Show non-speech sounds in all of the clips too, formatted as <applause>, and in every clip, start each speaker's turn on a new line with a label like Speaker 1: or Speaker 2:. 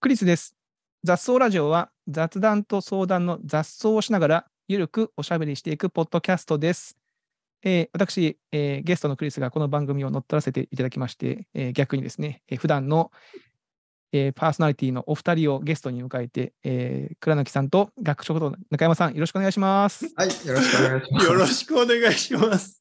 Speaker 1: クリスです。雑草ラジオは雑談と相談の雑草をしながらゆるくおしゃべりしていくポッドキャストです。えー私、えーゲストのクリスがこの番組を乗っ取らせていただきまして、えー逆にですね、えー普段の、えーパーソナリティのお二人をゲストに迎えて、えー倉貫さんと学食堂の中山さん、よろしくお願いします。
Speaker 2: はい、よろしくお願いします。
Speaker 3: <laughs> よろしくお願いします。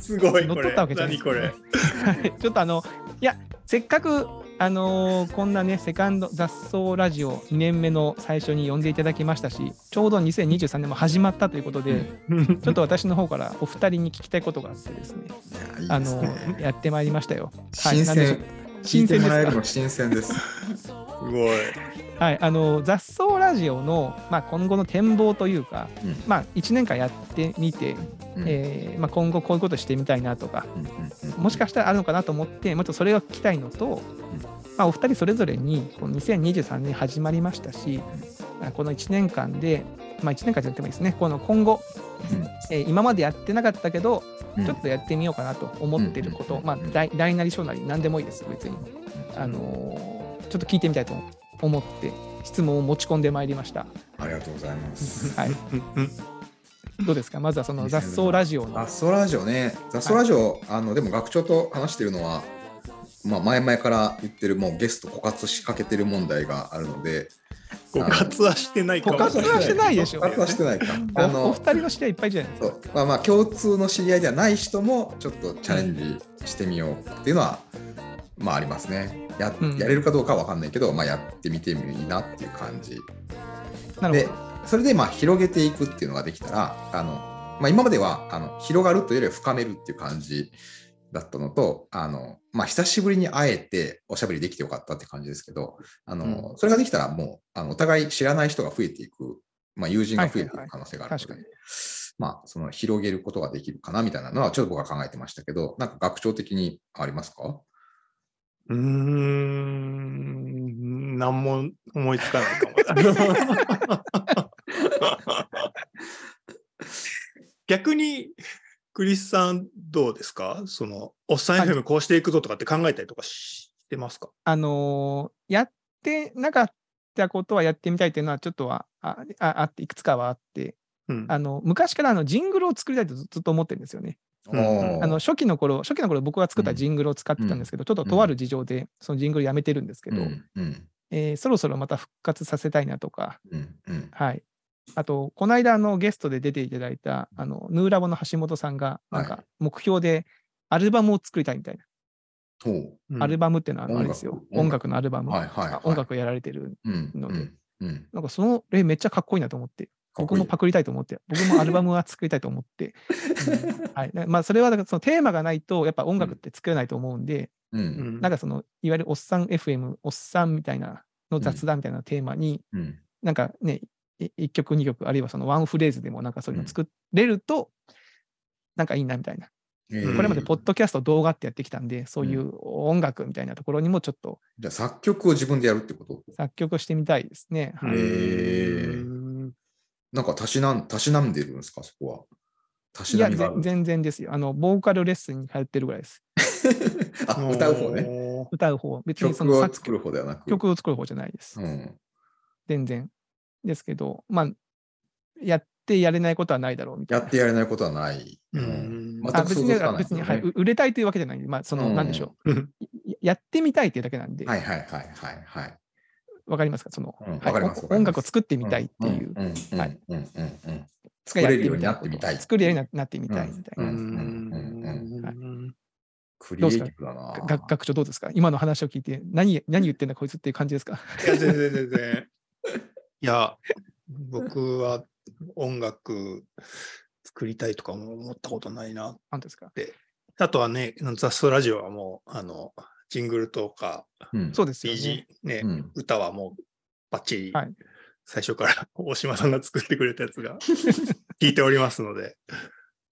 Speaker 3: すごい
Speaker 1: 乗っ
Speaker 3: こ
Speaker 1: 取
Speaker 3: れ。
Speaker 1: ったわけじゃない
Speaker 3: 何これ。
Speaker 1: はいちょっとあの、いや、せっかく、あのーこんなね、セカンド雑草ラジオ2年目の最初に呼んでいただきましたし、ちょうど2023年も始まったということで、ちょっと私の方からお二人に聞きたいことがあってですね、
Speaker 2: いや
Speaker 1: あ
Speaker 2: いいです
Speaker 1: の
Speaker 2: ね
Speaker 1: ーやってまいりましたよ。はい
Speaker 2: 新
Speaker 1: なんでしょう
Speaker 2: 鮮。聞
Speaker 1: 新
Speaker 2: いて
Speaker 1: 鮮
Speaker 2: も
Speaker 1: で
Speaker 2: らえ
Speaker 1: す
Speaker 2: る
Speaker 1: か
Speaker 2: の新鮮です。
Speaker 3: すごい。
Speaker 1: はい、あのー雑草ラジオの、まあ、今後の展望というか、
Speaker 2: うん
Speaker 1: まあ、1年間やってみて、
Speaker 2: うん
Speaker 1: えーまあ、今後こういうことしてみたいなとか、
Speaker 2: うんうんうん
Speaker 1: もしかしたらあるのかなと思って、もっとそれを聞きたいのと、まあ、お二人それぞれにこの2023年始まりましたし、あこの1年間で、まあ、1年間じゃなくてもいいですね、この今後、えー今までやってなかったけど、
Speaker 2: うん
Speaker 1: ちょっとやってみようかなと思ってること、
Speaker 2: うん
Speaker 1: まあ、大大なり小なり、何でもいいです、別に。あのーちょっと聞いてみたいと思って、質問を持ち込んでまいりました。
Speaker 2: ありがとうございます。
Speaker 1: はい、どうですか、まずはその雑草ラジオの
Speaker 2: 雑。草ラジオね、雑草ラジオ、あのでも学長と話してるのは、まあ、前々から言ってる、もうゲスト枯渇しかけてる問題があるので、
Speaker 3: 枯渇はしてないか
Speaker 1: 枯
Speaker 3: も
Speaker 1: 渇はしてないでしょ
Speaker 2: 枯渇はしてないか。あ
Speaker 1: おお
Speaker 2: の
Speaker 1: 二人の知り合いいっぱいじゃないですか。
Speaker 2: そうまあまあ共通の知り合いではない人もちょっとチャレンジしてみようっていうのは、まあありますねや
Speaker 1: うん
Speaker 2: やれるかどうかは分かんないけど、まあ、やってみてもいいなっていう感じ
Speaker 1: なる
Speaker 2: で
Speaker 1: ほど。
Speaker 2: それでまあ広げていくっていうのができたらあの、まあ、今まではあの広がるというよりは深めるっていう感じだったのとあの、まあ、久しぶりに会えておしゃべりできてよかったって感じですけどあの、それができたらもうあのお互い知らない人が増えていく、まあ、友人が増えていく可能性があるので、
Speaker 1: はいはい
Speaker 2: まあ、その広げることができるかなみたいなのはちょっと僕は考えてましたけどなんか学長的にありますか
Speaker 3: うーん、何も思いつかない
Speaker 2: <laughs>
Speaker 3: かも。逆に、クリスさんどうですかその、おっさ
Speaker 1: は
Speaker 3: ん
Speaker 1: い
Speaker 3: FM こうしていくぞとかって考えたりとかしてますか
Speaker 1: あのーやってなかったことはやってみたいというのはちょっとはあああっていくつかはあって
Speaker 3: うん
Speaker 1: あの昔からあのジングルを作りたいとずずっと思ってるんですよね。
Speaker 3: うん
Speaker 2: おー
Speaker 1: あの初期の頃初期の頃僕が作った
Speaker 2: うん
Speaker 1: ジングルを使ってたんですけど、ちょっととある事情でそのジングルやめてるんですけど、
Speaker 2: うんうん
Speaker 1: えーそろそろまた復活させたいなとか、
Speaker 2: うんうん
Speaker 1: はい、あとこの間あのゲストで出ていただいたあのヌーラボの橋本さんがなん
Speaker 2: は
Speaker 1: か目標でアルバムを作りたいみたいな、
Speaker 2: ほう
Speaker 3: うん
Speaker 1: アルバムっていうのはあのあれですよ
Speaker 2: 音楽
Speaker 1: 音楽のアルバム、
Speaker 2: はいはい、はい
Speaker 1: あ、音楽をやられてる
Speaker 2: うん
Speaker 1: ので
Speaker 2: うんうん
Speaker 1: なんかその例めっちゃかっこいいなと思って、
Speaker 2: かっ
Speaker 1: 僕
Speaker 2: こいい
Speaker 1: もパクりたいと思って、僕もアルバムは作りたいと思って、うんはい、なまあそれはだからそのテーマがないとやっぱ音楽って作れないと思うんで、
Speaker 2: う
Speaker 3: うんん
Speaker 1: なんかそのいわゆるおっさん FM、おっさんみたいなの雑談みたいなテーマに、
Speaker 2: うん
Speaker 1: なんかね、1曲、2曲、あるいはそのワンフレーズでもなんかそういうの作れると、なんかいいなみたいな。
Speaker 3: うん
Speaker 1: これまでポッドキャスト、動画ってやってきたんで、そういう音楽みたいなところにもちょっと
Speaker 2: じゃあ作曲を自分でやるってこと
Speaker 1: 作曲をしてみたいですね。はい
Speaker 2: へー
Speaker 3: うん
Speaker 2: なんかたしなんたしなんでるんですかそこは。たし
Speaker 1: い
Speaker 2: な
Speaker 1: や、
Speaker 2: みがあ
Speaker 1: ぜ
Speaker 2: る。
Speaker 1: 全然ですよ。あの、ボーカルレッスンに通ってるぐらいです。
Speaker 2: <laughs> あ歌う方ね。
Speaker 3: お
Speaker 1: 歌う方、別にそ
Speaker 2: 曲
Speaker 1: の
Speaker 2: を
Speaker 1: 作
Speaker 2: 作る方ではなく。
Speaker 1: 曲を作る方じゃないです
Speaker 2: う。ん。
Speaker 1: 全然。ですけど、まあ、やってやれないことはないだろうみた
Speaker 2: や
Speaker 1: いな。
Speaker 2: ってやれないことはない。
Speaker 3: ー。
Speaker 2: ま
Speaker 1: あ
Speaker 2: 全く
Speaker 1: 別
Speaker 2: 想
Speaker 1: に
Speaker 2: 像
Speaker 1: だか
Speaker 2: つからないで
Speaker 1: 別
Speaker 2: す
Speaker 1: に、
Speaker 2: よね
Speaker 1: はい、う売れたいというわけじゃないんで、まあ、その、
Speaker 2: うん
Speaker 1: なんでしょ
Speaker 3: うん
Speaker 1: うい。やってみたいというだけなんで、
Speaker 2: はいはいはいはいはい。
Speaker 1: わかりますかその、
Speaker 2: うん
Speaker 1: はい
Speaker 2: わかります
Speaker 1: お
Speaker 2: わかります
Speaker 1: 音楽を作ってみたいっていう。
Speaker 2: うんうん
Speaker 1: はい
Speaker 2: うんうんうんうん
Speaker 1: がや
Speaker 2: 作れるようになってみたい
Speaker 1: 作れるようになってみたいみたい
Speaker 2: うん
Speaker 1: な。
Speaker 2: うん
Speaker 1: う
Speaker 2: クリエイティブだな。
Speaker 1: が学長どうですか今の話を聞いて、何、何言ってんだこいつっていう感じですか <laughs>
Speaker 3: いや、全然全然。いや、僕は音楽作りたいとかも思ったことないな。
Speaker 1: 何ですか
Speaker 3: あとはね、雑草ラジオはもう、あの、ジングルとか、
Speaker 2: うん
Speaker 1: そうですよね。
Speaker 3: CG、ね、
Speaker 2: うん
Speaker 3: 歌はもう、バッチリ、
Speaker 1: はい
Speaker 3: 最初から大島さんが作ってくれたやつ
Speaker 1: <laughs>
Speaker 3: が聞いておりますので、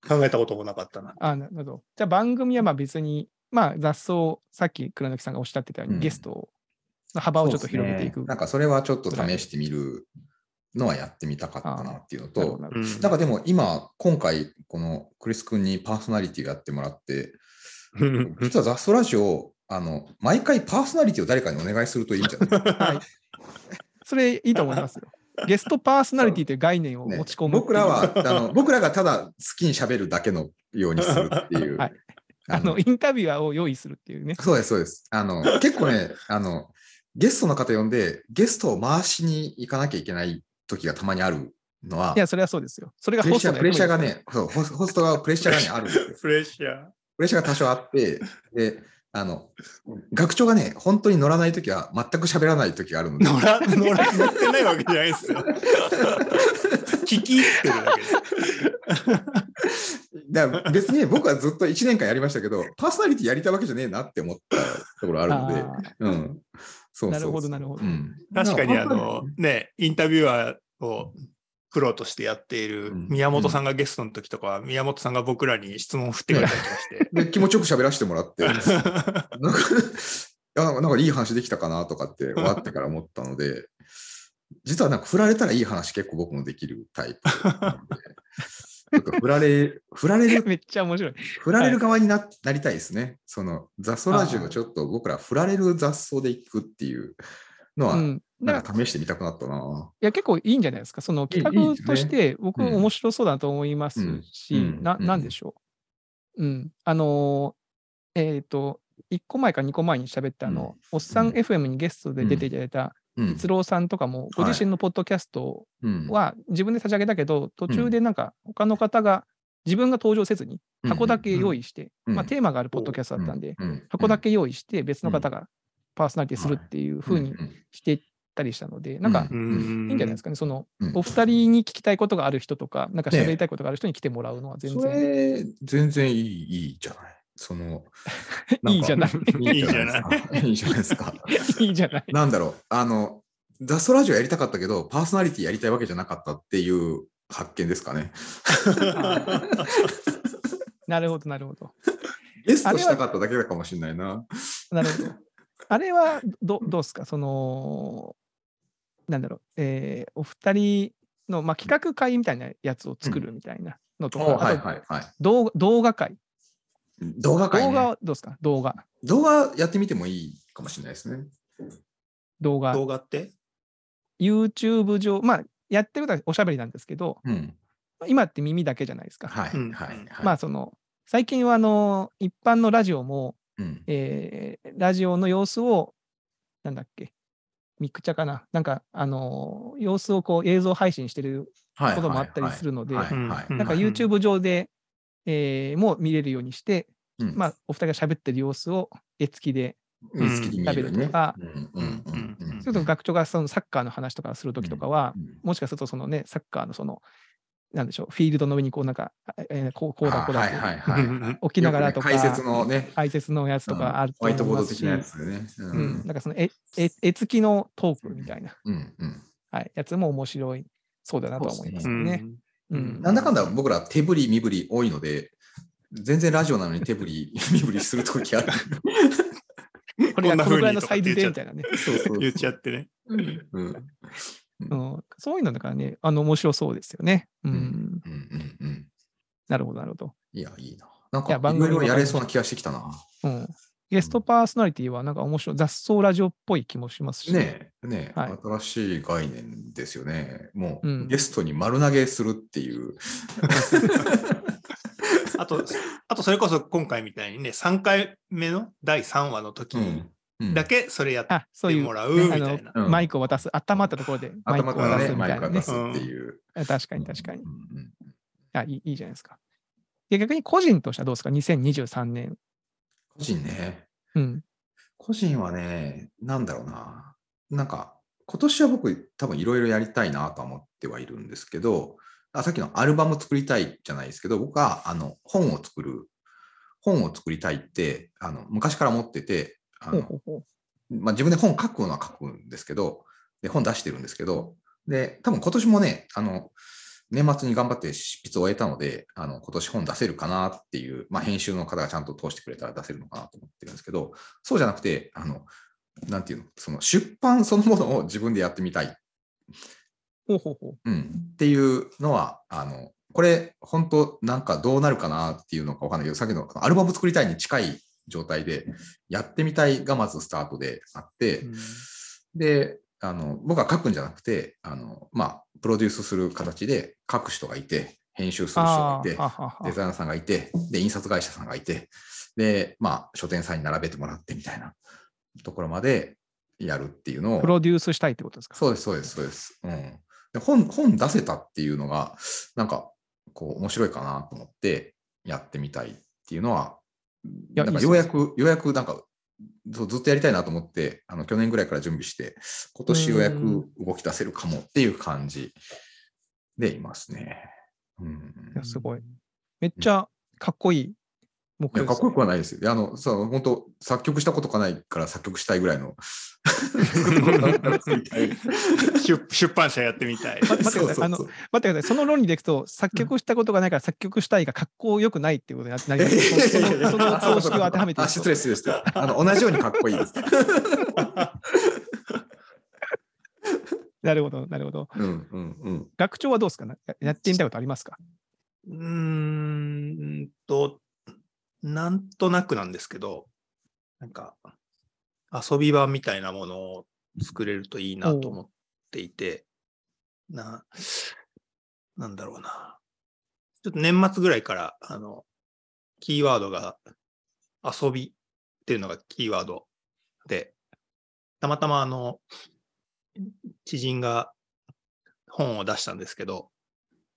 Speaker 3: 考えたこともなかっ
Speaker 1: <laughs>
Speaker 3: たな。 <laughs>
Speaker 1: あなるほど。じゃあ番組はまあ別に、まあ雑草、さっき黒貫さんがおっしゃってたように、
Speaker 2: うん
Speaker 1: ゲストをの幅をちょっと広げていく。
Speaker 2: なんかそれはちょっと試してみるのはやってみたかったなっていう
Speaker 1: なる
Speaker 2: の
Speaker 1: ほど
Speaker 2: と、
Speaker 1: なるほど
Speaker 3: うん
Speaker 2: なんかでも今、今回、このクリス君にパーソナリティをやってもらって、
Speaker 3: うん
Speaker 2: 実はザストラジオ、あの毎回パーソナリティを誰かにお願いするといいんじゃない
Speaker 1: は
Speaker 3: <laughs>
Speaker 1: い。それいいと思いますよ。
Speaker 2: <laughs>
Speaker 1: ゲストパーソナリティという概念を
Speaker 2: ね
Speaker 1: 持ち込む、
Speaker 2: 僕ら、はあの、僕らがただ好きに喋るだけのようにするっていう。
Speaker 1: はいあの、インタビュアーを用意するっていうね。
Speaker 2: そうです、そうです。あの、結構ね、あの、ゲストの方呼んで、ゲストを回しに行かなきゃいけない時がたまにあるのは、
Speaker 1: いや、それはそうですよ。それが
Speaker 2: プレ
Speaker 1: ホ
Speaker 2: ッ
Speaker 1: ス
Speaker 2: シャ
Speaker 1: ト
Speaker 2: ー、
Speaker 1: の
Speaker 2: プレッシャー
Speaker 1: 役
Speaker 2: が
Speaker 1: 目です
Speaker 2: ね、そう、ホスホスト側プレッシャーがね、あるんですよ。
Speaker 3: プレッシャー。
Speaker 2: プレッシャーが多少あって、で、あの、学長がね、本当に乗らない時は、全く喋らない時がある
Speaker 1: <laughs>
Speaker 2: ので、
Speaker 3: 乗ら、乗ら、乗ってないわけじゃないですよ。聞き入ってるだけです。
Speaker 2: だから別に僕はずっと1年間やりましたけど、パーソナリティやりたいわけじゃねえなって思ったところあるので、
Speaker 1: あー
Speaker 2: うん。そうそうそう
Speaker 1: なるほどなるほど
Speaker 2: うん
Speaker 3: 確かに、
Speaker 2: だ
Speaker 3: あ
Speaker 2: ら
Speaker 3: の、ね、インタビュアーをプロとしてやっている
Speaker 2: うん
Speaker 3: 宮本さんがゲストの時とかは、宮本さんが僕らに質問を振ってくれたりとかして。
Speaker 2: で気持ちよく喋らせてもらって、 <laughs> なんか、いやなんかいい話できたかなとかって終わってから思ったので、実はなんか振られたらいい話結構僕もできるタイプな
Speaker 1: <laughs>
Speaker 2: ので。なんか振られ、振られる、
Speaker 1: めっちゃ面白い。
Speaker 2: 振られる側にな,、なりたいですね。その雑草ラジオをちょっと僕ら振られる雑草でいくっていうのは、
Speaker 1: うん。だ
Speaker 2: な
Speaker 1: か
Speaker 2: ん
Speaker 1: ら、
Speaker 2: か試してみたくなったな。
Speaker 1: いや、結構いいんじゃないですか。その
Speaker 2: いいいい
Speaker 1: 企
Speaker 2: です
Speaker 1: 画と
Speaker 2: ね
Speaker 1: して、僕
Speaker 2: うん
Speaker 1: も面白そうだと思います
Speaker 2: う
Speaker 1: し
Speaker 2: ん、
Speaker 1: な、
Speaker 2: うん
Speaker 1: なんでしょう。うん。あのー、えっと、1個前か2個前に喋った、あの、おっさん
Speaker 2: うん
Speaker 1: FM にゲストで出ていただいた、
Speaker 2: うん
Speaker 1: 逸郎さんとかも、ご自身のポッドキャストを
Speaker 2: うん
Speaker 1: は自分で立ち上げたけど、途中でなんか他の方が自分が登場せずに箱だけ用意して、
Speaker 2: うん
Speaker 1: まあ、テーマがあるポッドキャストだったんで、、
Speaker 2: うう
Speaker 1: 箱だけ用意して別の方がパーソナリティするっていう風に
Speaker 2: うん
Speaker 1: していったりしたので、なんか
Speaker 2: う
Speaker 1: いいんじゃないです
Speaker 3: か。
Speaker 1: かね、その
Speaker 2: うん
Speaker 1: お二人に聞きたいことがある人とか、なんか喋りたいことがある人に来てもらうのは全
Speaker 2: そ
Speaker 1: 然
Speaker 2: れ、全然いい、いいじゃない。その、なんか
Speaker 1: <laughs> いいじゃない。
Speaker 2: いいじゃない。いいじゃないですか。
Speaker 1: いいじゃない。
Speaker 2: なんだろう、あの、ザストラジオやりたかったけど、パーソナリティやりたいわけじゃなかったっていう発見ですかね。
Speaker 1: なるほど、なるほど。
Speaker 2: ゲストしたかっただけかもしれないな。
Speaker 1: なるほど。あれはどどうですかその、なんだろう、えーお二人の、まあ、企画会みたいなやつを作るみたいなのとか、
Speaker 2: おはい
Speaker 1: あと
Speaker 2: はいはい。
Speaker 1: 動画動画会。
Speaker 2: 動画会、
Speaker 1: 動画
Speaker 2: ね。
Speaker 1: はどうですか動画。
Speaker 2: 動画やってみてもいいかもしれないですね。
Speaker 1: 動画。
Speaker 3: 動画って
Speaker 1: YouTube 上、まあ、やってることはおしゃべりなんですけど、
Speaker 2: うん。
Speaker 1: 今って耳だけじゃないですか。
Speaker 2: はい、
Speaker 3: うん
Speaker 2: はいはい。
Speaker 1: まあ、その、最近はあの一般のラジオも、
Speaker 2: うん、
Speaker 1: えーラジオの様子を、なんだっけ、ミクチャかな、なんか、あのー様子をこう映像配信してる
Speaker 2: はい
Speaker 1: こともあったりするので
Speaker 2: はいはいはい
Speaker 3: うん
Speaker 1: なんか
Speaker 3: うん
Speaker 1: YouTube 上で、えーもう見れるようにして、
Speaker 2: うん
Speaker 1: まあ、お二人が喋ってる様子を絵付きで、
Speaker 2: 見つけてみるよね
Speaker 1: うんラ
Speaker 2: うんうんうんうん
Speaker 1: それと学長がそのサッカーの話とかするときとかは、
Speaker 2: うん
Speaker 1: もしかするとそのね、サッカーのその、なんでしょう、フィールドの上にこうなんか、えーこうこうだこうだ
Speaker 2: は
Speaker 1: っ
Speaker 2: い
Speaker 1: て
Speaker 2: はいはい。
Speaker 1: 置きながらとか、
Speaker 2: よくね解説のね、
Speaker 1: 解説のやつとかあると思
Speaker 2: ホワ
Speaker 1: い
Speaker 2: イトボー
Speaker 1: ま
Speaker 2: ド
Speaker 1: す
Speaker 2: 的
Speaker 1: し、
Speaker 2: なやつでね。う
Speaker 1: うんん、なんかその絵絵絵付きのトークみたいな、
Speaker 2: うんうん
Speaker 1: はい、やつも面白いそうだなとは思いますね。
Speaker 3: う
Speaker 1: う
Speaker 3: ですね
Speaker 1: ん
Speaker 2: なんだかんだ僕ら手振り身振り多いので、全然ラジオなのに手振り身振りするとき
Speaker 1: <laughs>
Speaker 2: ある。
Speaker 1: これがこ
Speaker 3: こ
Speaker 1: のぐ
Speaker 3: んな風
Speaker 1: ら
Speaker 3: に
Speaker 1: いのサイズで
Speaker 3: と
Speaker 1: み
Speaker 3: か
Speaker 1: たいなね。
Speaker 2: そうそう
Speaker 3: 言っちゃってね。
Speaker 2: うんうん
Speaker 1: うん、そういうのだからね、あの面白そうですよね。うん、
Speaker 2: んうんうん
Speaker 1: なるほど、なるほど、
Speaker 2: いや、いいな。なん
Speaker 1: い
Speaker 2: か
Speaker 1: や番
Speaker 2: い
Speaker 1: 組
Speaker 2: ろいろやれそうな気がしてきたな。
Speaker 1: うん。ゲストパーソナリティはなんか面白い、雑草ラジオっぽい気もしますし、
Speaker 2: ねえ、ねえ、
Speaker 1: はい
Speaker 2: 新しい概念ですよね。もう、
Speaker 1: うん
Speaker 2: ゲストに丸投げするっていう。
Speaker 3: あと、あとそれこそ今回みたいにね、3回目の第3話の時
Speaker 2: うん
Speaker 3: だけそれやっ
Speaker 1: あそう
Speaker 3: て
Speaker 1: いう
Speaker 3: もらうみたい
Speaker 1: ねあ
Speaker 3: な
Speaker 1: の。
Speaker 2: うん
Speaker 1: マイクを渡す、温まったところでマイク
Speaker 2: 頭
Speaker 1: を
Speaker 2: から
Speaker 1: 渡す
Speaker 2: ね、
Speaker 1: み
Speaker 2: マ
Speaker 1: た
Speaker 2: イ
Speaker 1: い
Speaker 2: ク
Speaker 1: な
Speaker 2: 出
Speaker 1: ね
Speaker 2: す。っていう。
Speaker 1: あ確かに確かに
Speaker 2: う。んうん
Speaker 1: あいいいいじゃないですか。で逆に個人としてはどうですか ?2023 年。
Speaker 2: 個人ね。
Speaker 1: うん。
Speaker 2: 個人はね、なんだろうな。なんか、今年は僕、多分いろいろやりたいなとは思ってはいるんですけど、あさっきのアルバム作りたいじゃないですけど、僕はあの本を作る、本を作りたいって、あの昔から思ってて、あ
Speaker 1: ほう
Speaker 2: の
Speaker 1: ほうほう
Speaker 2: まあ、自分で本書くのは書くんですけど、で本出してるんですけど、で、多分今年もね、あの、年末に頑張って執筆を終えたので、あの今年本出せるかなっていう、まあ、編集の方がちゃんと通してくれたら出せるのかなと思ってるんですけど、そうじゃなくて、あのなんていうの、その出版そのものを自分でやってみたい、
Speaker 1: ほうほうほう。
Speaker 2: うん、っていうのは、あの、これ、本当なんかどうなるかなっていうのかわかんないけど、さっきのアルバム作りたいに近い状態で、やってみたいがまずスタートであって、
Speaker 3: うん
Speaker 2: で、あの、僕は書くんじゃなくて、あの、まあ、プロデュースする形で書く人がいて、編集する人が
Speaker 1: あ
Speaker 2: いて
Speaker 1: ー、はは
Speaker 2: デザイナーさんがいて、で、印刷会社さんがいて、で、まあ、書店さんに並べてもらってみたいなところまでやるっていうの
Speaker 1: プロ
Speaker 2: を。
Speaker 1: デュースしたいってことですか
Speaker 2: そうです、そうです、そうです。うん。で本、本出せたっていうのが、なんか、こう、面白いかなと思って、やってみたいっていうのは、
Speaker 1: や
Speaker 2: なん
Speaker 1: いいで
Speaker 2: か
Speaker 1: す
Speaker 2: よう
Speaker 1: ね
Speaker 2: やく、ようやくなんか、ずずっとやりたいなと思って、あの去年ぐらいから準備して、今年ようや
Speaker 1: う
Speaker 2: く動き出せるかもっていう感じでいますね。うん。
Speaker 1: いやすごい。めっちゃかっこいい目
Speaker 2: いや、
Speaker 1: 標で
Speaker 2: かっ
Speaker 1: す
Speaker 2: こよくはないですよ。いやあの、さ、本当作曲したことがないから作曲したいぐらいの。
Speaker 3: <laughs> 出出版社やってみたい。
Speaker 1: 待ってくださいあの
Speaker 2: そうそうそう
Speaker 1: 待ってください、その論理でいくと、作曲したことがないから作曲したいがかっこよくないっていうことになりますそのその
Speaker 2: <laughs>
Speaker 1: その常識を当てはめてい
Speaker 2: あ
Speaker 1: くと
Speaker 2: 失礼、失礼、失礼。あの、同じようにかっこいいです。
Speaker 1: なるほど、なるほど。
Speaker 2: うん、うん、うん。
Speaker 1: 学長はどうですかねややってみたいことありますか
Speaker 3: うーんと、なんとなくなんですけど、なんか、遊び場みたいなものを作れるといいなと思っていて、な、なんだろうな。ちょっと年末ぐらいから、あの、キーワードが、遊びっていうのがキーワードで、たまたまあの、知人が本を出したんですけど、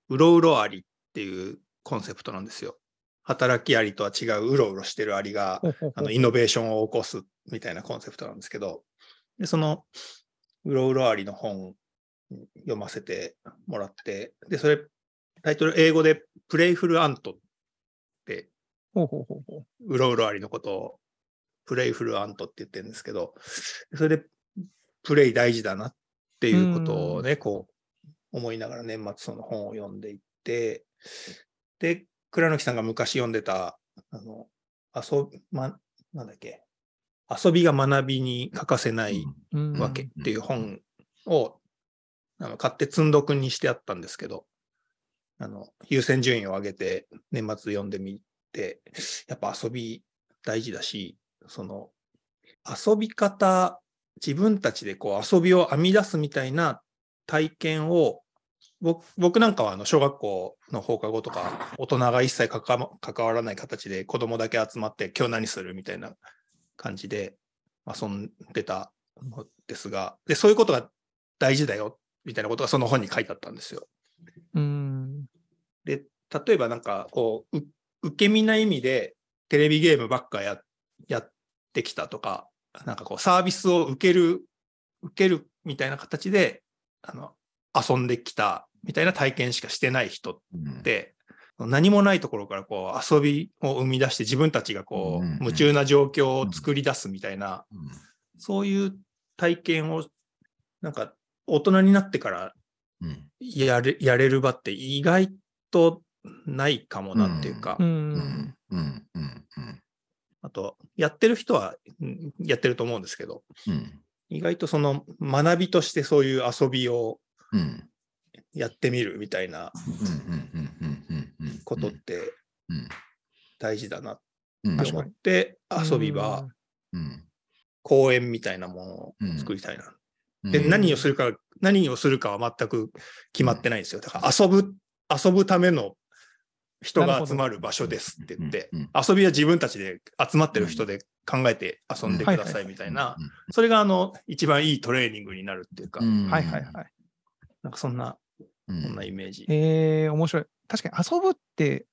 Speaker 3: うろうろありっていうコンセプトなんですよ。働きアリとは違ううろうろしてるアリが
Speaker 1: ほうほう
Speaker 3: あ
Speaker 1: ほ
Speaker 3: の
Speaker 1: う
Speaker 3: イノベーションを起こすみたいなコンセプトなんですけど、でそのうろうろありの本読ませてもらって、で、それタイトル英語でプレイフルアントって
Speaker 1: ほうほうほうほう
Speaker 3: うろうろありのことをプレイフルアントって言ってるんですけど、それでプレイ大事だなっていうことをね、こう思いながら年末その本を読んでいって、で、倉貫さんが昔読んでた、あの、遊び、ま、なんだっけ、遊びが学びに欠かせない
Speaker 1: うん
Speaker 3: わけっていう本をあの買って積んどくにしてあったんですけど、あの、優先順位を上げて年末読んでみて、やっぱ遊び大事だし、その、遊び方、自分たちでこう遊びを編み出すみたいな体験を、僕僕なんかはあの小学校の放課後とか大人が一切関わ関わらない形で子供だけ集まって今日何するみたいな感じで遊んでたのですがでそういうことが大事だよみたいなことがその本に書いてあったんですよ。
Speaker 1: うん
Speaker 3: で例えばなんかこうう受け身な意味でテレビゲームばっかややってきたとかなんかこうサービスを受ける受けるみたいな形であの遊んできたみたいな体験しかしてない人っ
Speaker 2: うん
Speaker 3: って何もないところからこう遊びを生み出して自分たちがこう
Speaker 2: うんうん
Speaker 3: 夢中な状況を作り出すみたいなそういう体験をなんか大人になってから
Speaker 2: うん
Speaker 3: やれやれる場って意外とないかもなっていうか
Speaker 1: う
Speaker 2: うんんうんうんうん
Speaker 3: あとやってる人はうんやってると思うんですけど
Speaker 2: うん
Speaker 3: 意外とその学びとしてそういう遊びを
Speaker 2: うん
Speaker 3: やってみるみたいなことって大事だなって思って遊び場公園みたいなものを作りたいなで、何をするか、何をするかは全く決まってないんですよ。だから遊ぶ、遊ぶための人が集まる場所ですって言って、遊びは自分たちで集まってる人で考えて遊んでくださいみたいな、それがあの、一番いいトレーニングになるっていうか、
Speaker 1: はいはいはい。
Speaker 3: なんかそんな、そんなイメージ。
Speaker 1: えー、面白い。確かに遊ぶって、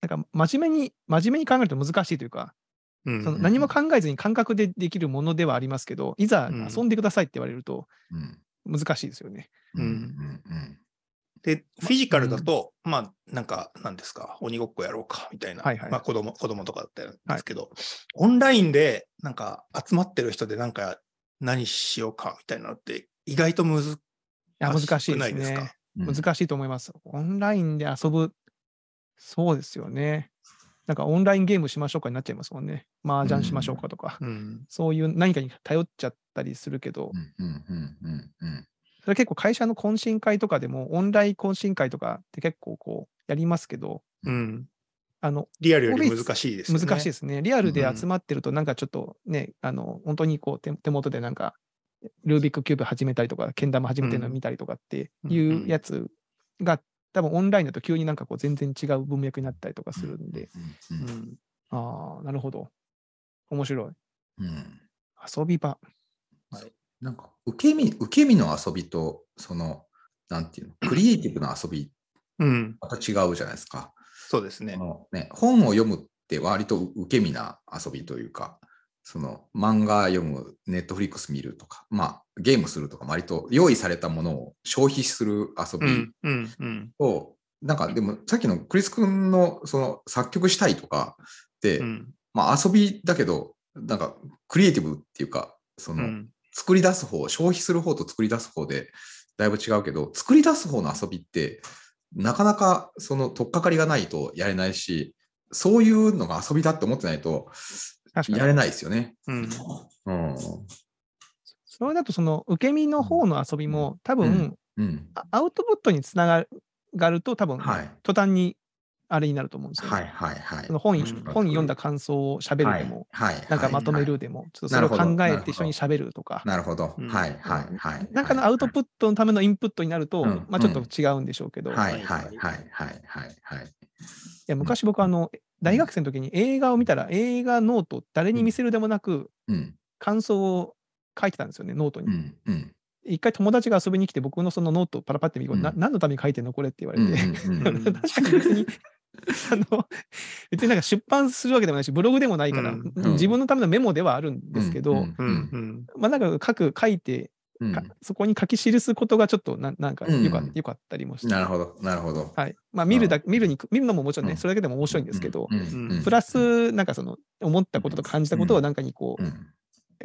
Speaker 1: なんか真面目に、真面目に考えると難しいというか、
Speaker 3: うん
Speaker 1: その何も考えずに感覚でできるものではありますけど、いざ
Speaker 3: うん
Speaker 1: 遊んでくださいって言われると難しいですよね。
Speaker 3: で、フィジカルだと、まあ、なんか、なんですか、鬼ごっこやろうか、みたいな、
Speaker 1: はいはい
Speaker 3: まあ、子供、子供とかだったんですけど、オンラインで、なんか、集まってる人で、なんか、何しようか、みたいなのって、意外とむず、
Speaker 1: いや、
Speaker 3: あ
Speaker 1: 難しいで
Speaker 3: な
Speaker 1: す
Speaker 3: いですか
Speaker 1: ね。難しいと思います。オンラインで遊ぶ、そうですよね。なんかオンラインゲームしましょうかになっちゃいますもんね。麻雀しましょうかとか、
Speaker 3: うん、
Speaker 1: そういう何かに頼っちゃったったりするけど、
Speaker 2: うんうんうんうんうん
Speaker 1: それ結構会社の懇親会とかでも、オンライン懇親会とかって結構こうやりますけど、
Speaker 3: うん。
Speaker 1: あの
Speaker 3: リアルより難しいですよね。。
Speaker 1: 難しいですすね。リアルで集まってると、なんかちょっとね、あの本当にこう手手元でなんか、ルービックキューブ始めたりとか、けん玉始めてるの
Speaker 3: うん
Speaker 1: 見たりとかって
Speaker 3: うん
Speaker 1: い
Speaker 3: うん
Speaker 1: うやつが、多分オンラインだと急になんかこう全然違う文脈になったりとかするんで、
Speaker 2: うんうん
Speaker 3: うん。
Speaker 1: ああ、なるほど。面白い。
Speaker 2: うん
Speaker 1: 遊び場。
Speaker 2: なんか受け身受け身の遊びとそのなんていうのクリエイティブな遊び
Speaker 3: うん。
Speaker 2: また違うじゃないですか。
Speaker 3: そうですね
Speaker 2: あ。のね、本を読むって割と受け身な遊びというかその漫画読むネットフリックス見るとか、まあ、ゲームするとか割と用意されたものを消費する遊
Speaker 3: う
Speaker 2: び
Speaker 3: ん。うん。うん。
Speaker 2: と、なんかでもさっきのクリス君のその作曲したいとかって、
Speaker 3: うん。
Speaker 2: まあ、遊びだけどなんかクリエイティブっていうかそうの、
Speaker 3: ん。
Speaker 2: 作り出す方、消費する方と作り出す方でだいぶ違うけど、作り出す方の遊びって、なかなかその取っかかりがないとやれないし、そういうのが遊びだって思ってないと
Speaker 1: 確
Speaker 2: や
Speaker 1: か
Speaker 2: れ
Speaker 1: に。
Speaker 2: ないですよね。
Speaker 3: うん。
Speaker 2: うん。
Speaker 1: それだと、その受け身の方の遊びも、多分、
Speaker 2: うんうん。
Speaker 1: あアウトプットにつながるがると、多分、
Speaker 2: はい。
Speaker 1: 途端にあれになると思うんですよね、
Speaker 2: はいはいはい。
Speaker 1: その本,、
Speaker 3: うん
Speaker 1: 本読んだ感想をしゃべるでも、
Speaker 2: はい、はい。
Speaker 1: なんかまとめ
Speaker 2: はい。
Speaker 1: るでも、ちょっとそれを考
Speaker 2: な
Speaker 1: え
Speaker 2: るほど
Speaker 1: て一緒にしゃべるとか、
Speaker 2: なるほど。
Speaker 3: うん
Speaker 2: はいはいはい。
Speaker 1: なんかのアウトプットのためのインプットになると、
Speaker 2: うん
Speaker 1: まあ、ちょっと違うんでしょうけど、
Speaker 2: ト
Speaker 1: い
Speaker 2: はいはいはいはいはいはい。
Speaker 1: や昔僕あの、大学生の時に映画を見たら、映画ノート、誰に見せるでもなく、
Speaker 2: うん
Speaker 1: 感想を書いてたんですよね、ノートに。
Speaker 2: うんうん
Speaker 1: 一回友達が遊びに来て、僕のそのノートをパラパって見て、これな
Speaker 2: うん
Speaker 1: 何のために書いてんのこれって言わ
Speaker 2: う
Speaker 1: れ
Speaker 2: ん
Speaker 1: て、 <laughs>
Speaker 2: うんうん
Speaker 1: 確かに別にあの別になんか出版するわけでもないしブログでもないから、
Speaker 3: うん
Speaker 2: うん
Speaker 1: 自分のためのメモではあるんですけど、
Speaker 2: うん
Speaker 3: う
Speaker 2: うんん。
Speaker 3: うん。
Speaker 1: まあなんか書く書いて、
Speaker 2: うん
Speaker 1: かそこに書き記すことがちょっとななんかよか,、
Speaker 2: うん
Speaker 1: よかったりもして、
Speaker 2: なるほどなるほど。
Speaker 1: はいまあ、見るだ見るに見るのももちろんね、
Speaker 2: うん
Speaker 1: それだけでも面白いんですけど、
Speaker 2: うんうんうん
Speaker 1: プラスなんかその思ったこととか感じたことをなんかにこう、
Speaker 2: うん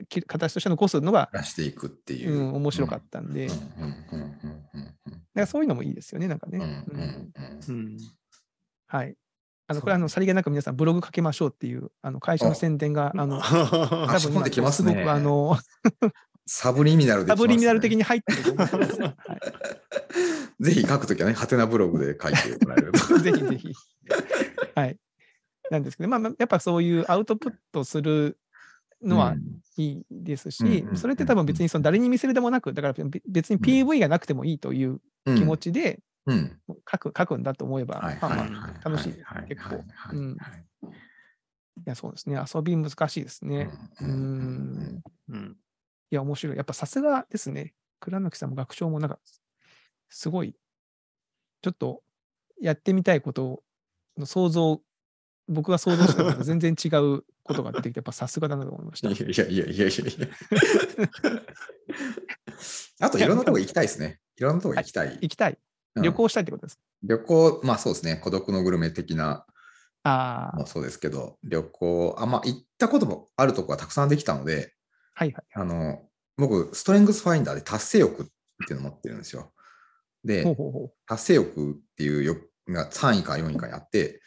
Speaker 1: き形として残すのが、
Speaker 2: 出していくっていうう。
Speaker 1: ん、面白かったんで、
Speaker 2: うん
Speaker 1: なん
Speaker 2: うんうんうん
Speaker 1: かそういうのもいいですよねなんかね。
Speaker 2: うんうん
Speaker 1: う
Speaker 2: うんんうん
Speaker 3: うん。
Speaker 1: はいあの
Speaker 2: そう
Speaker 1: これあのさりげなく皆さんブログ書けましょうっていうあの会社の宣伝があの
Speaker 2: <laughs> あ
Speaker 1: 多分
Speaker 2: 仕込んできますね
Speaker 1: すごくあの、
Speaker 2: サブリミナルで
Speaker 1: サブリミナル的
Speaker 2: に。
Speaker 1: に入ってると思います。は
Speaker 2: <laughs> ぜひ書くときはね、ハテナブログで書いてもらえると。
Speaker 1: い、 <laughs> ぜひぜひ。はい。なんですけど、まあまあ、やっぱそういうアウトプットするのは
Speaker 2: うん
Speaker 1: いいですし、
Speaker 2: うんうんうん
Speaker 1: それって多分別にその誰に見せるでもなく、だからべ別に PV がなくてもいいという気持。ちで
Speaker 2: うん。
Speaker 1: 書く,、書くんだと思えば、
Speaker 2: はい
Speaker 1: まあ
Speaker 2: はい
Speaker 1: まあ
Speaker 2: はいはは。
Speaker 1: 楽しい
Speaker 2: は
Speaker 1: 結構
Speaker 2: はいはい
Speaker 1: うん
Speaker 2: はい
Speaker 1: や、そうですね。遊び難しいですね。
Speaker 2: うんうん
Speaker 3: うん。
Speaker 1: いや、面白い。やっぱさすがですね。倉貫さんも学長もなんか、すごい、ちょっとやってみたいことの想像、僕が想像したのと全然違うことが出てきて、やっぱさすがだなと思いまし
Speaker 2: い
Speaker 1: た。
Speaker 2: やいやいやいやいやいや。 <laughs> あと、いろんなとこ行きたいですね。いろんなとこ行きたい。
Speaker 1: 行きたい。
Speaker 2: うん
Speaker 1: 旅行したいってことです。
Speaker 2: 旅行、まあそうですね。孤独のグルメ的な
Speaker 1: ああ、
Speaker 2: もそうですけど、旅行、あんま行ったこともあるとこはたくさんできたので、
Speaker 1: はいはい。
Speaker 2: あの僕、ストレングスファインダーで達成欲っていうのを持ってるんですよ。で
Speaker 1: ほう、ほうほ
Speaker 2: 達成欲っていう欲が3位か4位かにあって、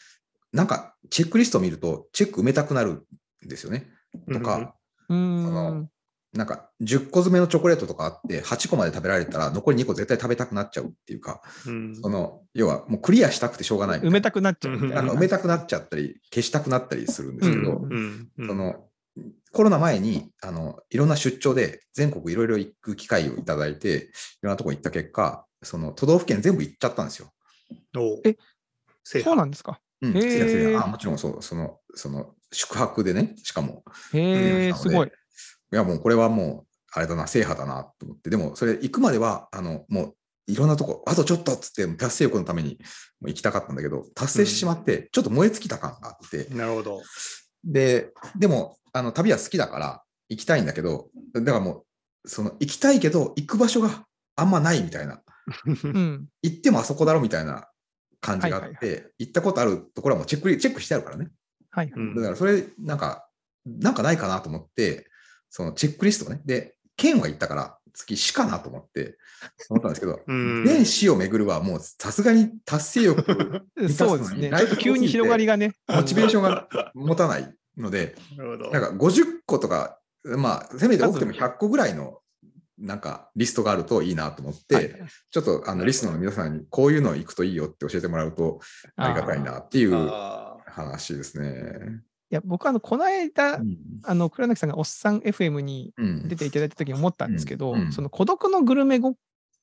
Speaker 2: なんかチェックリストを見ると、チェック埋めたくなるんですよね。とか、
Speaker 1: う。う
Speaker 2: そ
Speaker 1: ーん
Speaker 2: の。なんか10個詰めのチョコレートとかあって、8個まで食べられたら、残り2個絶対食べたくなっちゃうっていうか、
Speaker 3: うん。
Speaker 2: その要はもうクリアしたくてしょうがないみた
Speaker 1: 埋
Speaker 2: いな
Speaker 1: めたくなっちゃうみたいな。
Speaker 2: なんか埋めたくなっちゃったり、消したくなったりするんですけど、
Speaker 3: うん。うん
Speaker 2: そのコロナ前にあのいろんな出張で全国いろいろ行く機会をいただいて、いろんなとこ行った結果、その都道府県全部行っちゃったんですよ。
Speaker 3: お
Speaker 1: え
Speaker 3: 制
Speaker 1: そう
Speaker 3: 覇
Speaker 1: なんですか。
Speaker 2: うん、
Speaker 1: へー
Speaker 2: せやせやあもちろんそうそのその宿泊でね、しかも。
Speaker 1: へえ、すごい。
Speaker 2: いやもうこれはもうあれだな、制覇だなと思って、でもそれ行くまではあのもういろんなとこ、あとちょっとっつって達成欲のためにもう行きたかったんだけど、達成してしまって、ちょっと燃え尽きた感があって、
Speaker 3: なるほど。
Speaker 2: で、でも、あの旅は好きだから行きたいんだけど、だからもう、その行きたいけど、行く場所があんまないみたいな、
Speaker 1: うん。
Speaker 2: 行ってもあそこだろみたいな感じがあって、
Speaker 1: はいは
Speaker 2: 行ったことあるところはもうチェックリチェックしてあるからね。
Speaker 1: はい。
Speaker 3: うん
Speaker 2: だからそれ、なんか、なんかないかなと思って、そのチェックリストをね、で、県は行ったから、次、市かなと思って、思ったんです
Speaker 1: <laughs>
Speaker 2: けど、
Speaker 3: うん
Speaker 2: 全市を巡るはもうさすがに達成欲、
Speaker 1: そうですね。
Speaker 2: 満
Speaker 1: ちょっ
Speaker 2: たすのに
Speaker 1: と急に広がりがね。
Speaker 2: モチベーションが持たないので、
Speaker 3: なるほど。
Speaker 2: なんか50個とかまあ、せめて多くても100個ぐらいの、なんか、リストがあるといいなと思って、
Speaker 1: はい
Speaker 2: ちょっと、あの、リスナーの皆さんに、こういうの行くといいよって教えてもらうと、ありがたいなっていう
Speaker 3: あ
Speaker 2: 話ですね。
Speaker 1: いや僕あのこの間、
Speaker 2: うん
Speaker 1: あの黒柳さんがおっさん FM に
Speaker 2: うん
Speaker 1: 出ていただいた時に思ったんですけど、
Speaker 2: うんうん
Speaker 1: その孤独のグルメ 5,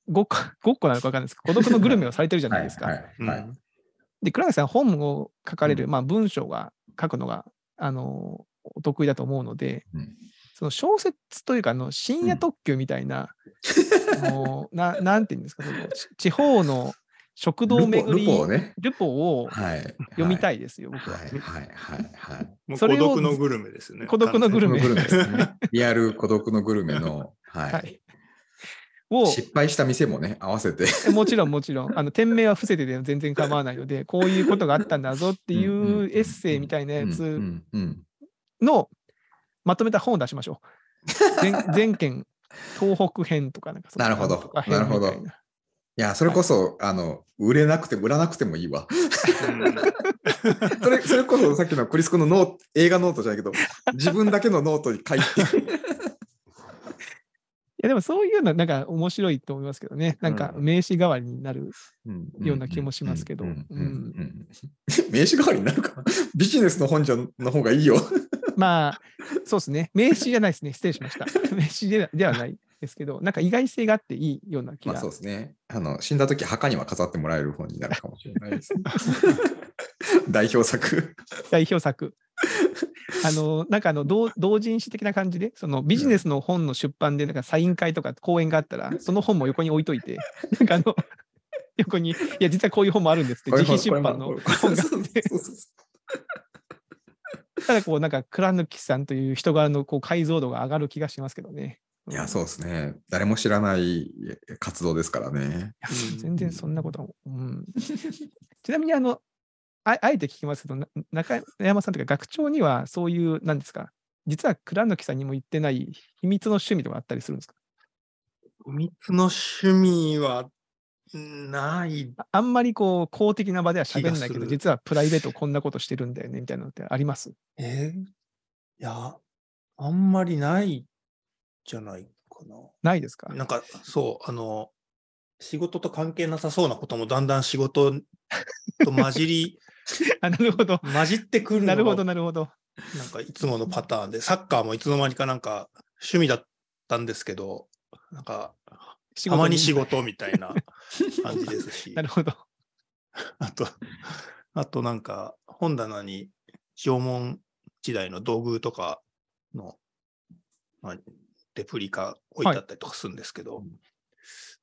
Speaker 1: 5, 個5個なのか分かんないですけど孤独のグルメをされてるじゃないですか。
Speaker 2: はいはい
Speaker 3: ー
Speaker 2: はい
Speaker 3: うん
Speaker 1: で黒柳さん本を書かれる、
Speaker 2: う
Speaker 1: まあ、文章が書くのがあのお得意だと思うので、
Speaker 2: うん
Speaker 1: その小説というかあの深夜特急みたいな、あのななんていうんですかそのち地方の食堂
Speaker 2: ルポ
Speaker 1: 巡り
Speaker 2: ルポをね。
Speaker 1: ルポを
Speaker 2: はい。
Speaker 1: 読みた
Speaker 2: い。
Speaker 1: いですよ、僕
Speaker 2: は
Speaker 1: は。
Speaker 2: いはいはいはい。
Speaker 3: もう
Speaker 1: それ
Speaker 3: 孤
Speaker 1: を
Speaker 3: 独のグルメですよね。
Speaker 1: 孤独 <laughs> のグルメ
Speaker 2: 孤独のですね。リアル孤独のグルメ
Speaker 1: <laughs>
Speaker 2: の、はい。
Speaker 1: はい、を
Speaker 2: 失敗した店もね、合わせて。
Speaker 1: もちろんもちろんあの店名は伏せてでも全然構わないのでこういうことがあったんだぞってい
Speaker 2: うんうんうん
Speaker 1: うエッセイみたいなや
Speaker 2: う
Speaker 1: つ
Speaker 2: んうんうん
Speaker 1: のまとめた本を出しましょう。全
Speaker 2: <laughs>
Speaker 1: 全県東北編とかなんかその
Speaker 2: なるほど
Speaker 1: んとか編みたい
Speaker 2: なるほいや、それこそ、あの、売れなくても売らなくてもいいわ。それ、それこそさっきのクリスコのノート、映画ノートじゃないけど、自分だけのノートに書いて。
Speaker 1: <laughs> いやでもそういうのなんか面白いと思いますけどねなんか
Speaker 2: うん
Speaker 1: 名刺代わりになる、ような気もしますけど
Speaker 2: うんうんうんうん
Speaker 1: うん
Speaker 2: うん名刺代わりになるかなビジネスの本じゃの方がいいよ。
Speaker 1: まあそうですね名刺じゃないですね失礼しました
Speaker 2: <laughs>
Speaker 1: 名刺ではではないですけどなんか意外性があっていいような気
Speaker 2: まあ
Speaker 1: が
Speaker 2: そうですね。あの死んだ時墓には飾ってもらえる本になるかもしれないですね。代表作。
Speaker 1: 代表作。あのなんかあの同同人誌的な感じでそのビジネスの本の出版でなんかサイン会とか講演があったらその本も横に置いといてなんかあの横に「いや実はこういう本もあるんです」って自費出版の
Speaker 2: これもこ
Speaker 1: 本
Speaker 2: れも
Speaker 1: が
Speaker 2: そうそうそう
Speaker 1: ただこうなんか倉貫さんという人柄のこう解像度が上がる気がしますけどね。
Speaker 2: いや、そうですね。誰も知らない活動ですからね。
Speaker 3: うん
Speaker 1: 全然そんなことは、うん、ちなみにあのああえて聞きますけどな中山さんというか学長にはそういう何ですか実は倉貫さんにも言ってない秘密の趣味とかあったりするんですか
Speaker 3: 秘密の趣味はない。
Speaker 1: ああんまりこう公的な場では喋んないけ
Speaker 3: 気がす
Speaker 1: ど、
Speaker 3: る
Speaker 1: 実はプライベート <laughs> こんなことしてるんだよねみたいなのってあります
Speaker 3: えーいや、あんまりないじゃないか
Speaker 1: ないですか
Speaker 3: な。なんか、そう、あの、仕事と関係なさそうなこともだんだん仕事と混
Speaker 1: <laughs>
Speaker 3: じり、
Speaker 1: あ <laughs> なるほど。
Speaker 3: 混じってくるのが
Speaker 1: なるほど、なるほど。
Speaker 3: なんかいつものパターンで、サッカーもいつの間にかなんか趣味だったんですけど、なんか
Speaker 1: 仕
Speaker 3: たまに仕。事みたいな感じです
Speaker 1: <laughs>
Speaker 3: し
Speaker 1: な、るほど。
Speaker 3: <laughs> あと、あとなんか本棚に縄文時代の道具とかの、まあ、レプリカ置いてあったりとかするんですけど、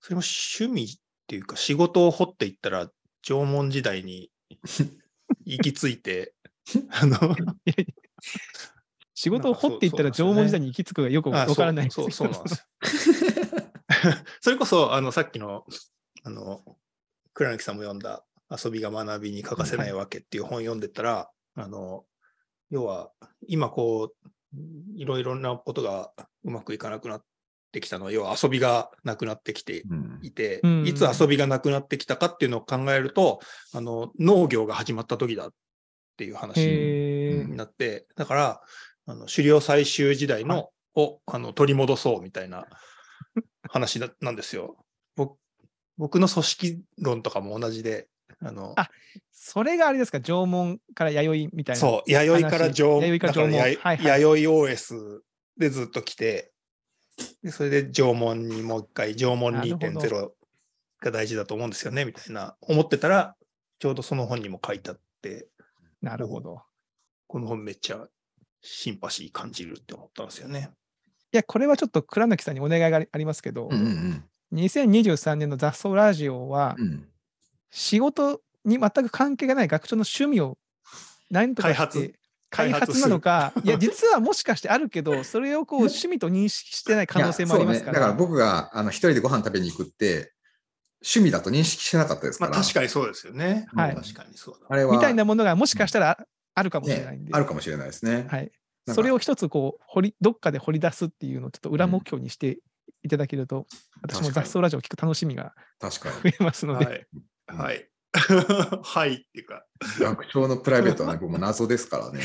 Speaker 3: それも趣味っていうか仕事を掘っていったら縄文時代に行き着いて、あの、
Speaker 1: 仕事を掘っていったら縄文時代に行き着くがよくわ
Speaker 3: あそう
Speaker 1: からないです。
Speaker 3: そう、そうなんです
Speaker 1: <laughs>
Speaker 3: すよ。それこそ、あの、さっきの、あの、倉貫さんも読んだ、遊びが学びに欠かせないわけっていう本読んでたら、あの、要は、今こう、いろいろなことがうまくいかなくなってきたのは、要は遊びがなくなってきて
Speaker 2: うん
Speaker 3: いて、
Speaker 1: うん
Speaker 3: いつ遊びがなくなってきたかっていうのを考えると、あの、農業が始まった時だっていう話
Speaker 1: へー
Speaker 2: う
Speaker 3: になって、だから、あの狩猟採集時代の、をあの取り戻そうみた
Speaker 1: <laughs>
Speaker 3: いな話ななんですよ。僕僕の組織論とかも同じで、あの
Speaker 1: あそれがあれですか、縄文から弥生みたいな。
Speaker 3: そう、弥生から縄
Speaker 1: 弥生から
Speaker 3: だから
Speaker 1: 縄文
Speaker 3: 弥
Speaker 1: はいはい
Speaker 3: 弥生 OS でずっと来て、でそれで縄文にもう一回、縄文
Speaker 1: なるほど
Speaker 3: 2.0が大事だと思うんですよね、みたいな、思ってたら、ちょうどその本にも書いてあって、
Speaker 1: なるほど。
Speaker 3: この本めっちゃシンパシー感じるって思ったんですよね。
Speaker 1: いや、これはちょっと倉貫さんにお願いがありますけど、
Speaker 2: うんうん
Speaker 1: 2023年の雑草ラジオは
Speaker 2: う、ん
Speaker 1: 仕事に全く関係がない学長の趣味を何とかして
Speaker 3: 開発
Speaker 1: 開発なのか、いや、実はもしかしてあるけ
Speaker 2: <laughs>
Speaker 1: ど、それをこう趣味と認識してない可能性もありますか
Speaker 2: いやそうねだから
Speaker 1: ら、
Speaker 2: 僕があの一人でご飯食べに行くって、趣味だと認識してなかったですか
Speaker 3: まあ
Speaker 2: ら。
Speaker 3: 確かにそうですよね。
Speaker 1: はい
Speaker 3: 確かにそうだ。
Speaker 2: あれは
Speaker 1: みたいなものがもしかしたらあるかもしれない
Speaker 2: ね
Speaker 1: んで、
Speaker 2: あるかもしれないですね。
Speaker 1: はい、
Speaker 2: なんか
Speaker 1: それを一つこう掘り、どっかで掘り出すっていうのをちょっと裏目標にしていただけると、私も
Speaker 2: 確か
Speaker 1: 雑
Speaker 2: に
Speaker 1: 草ラジオを聞く楽しみが
Speaker 2: 確か
Speaker 1: 増えますので、
Speaker 3: はい。はい。 <laughs> はいっていうか。
Speaker 1: <laughs>
Speaker 2: に。学長のプライベートはね、僕も謎ですからね。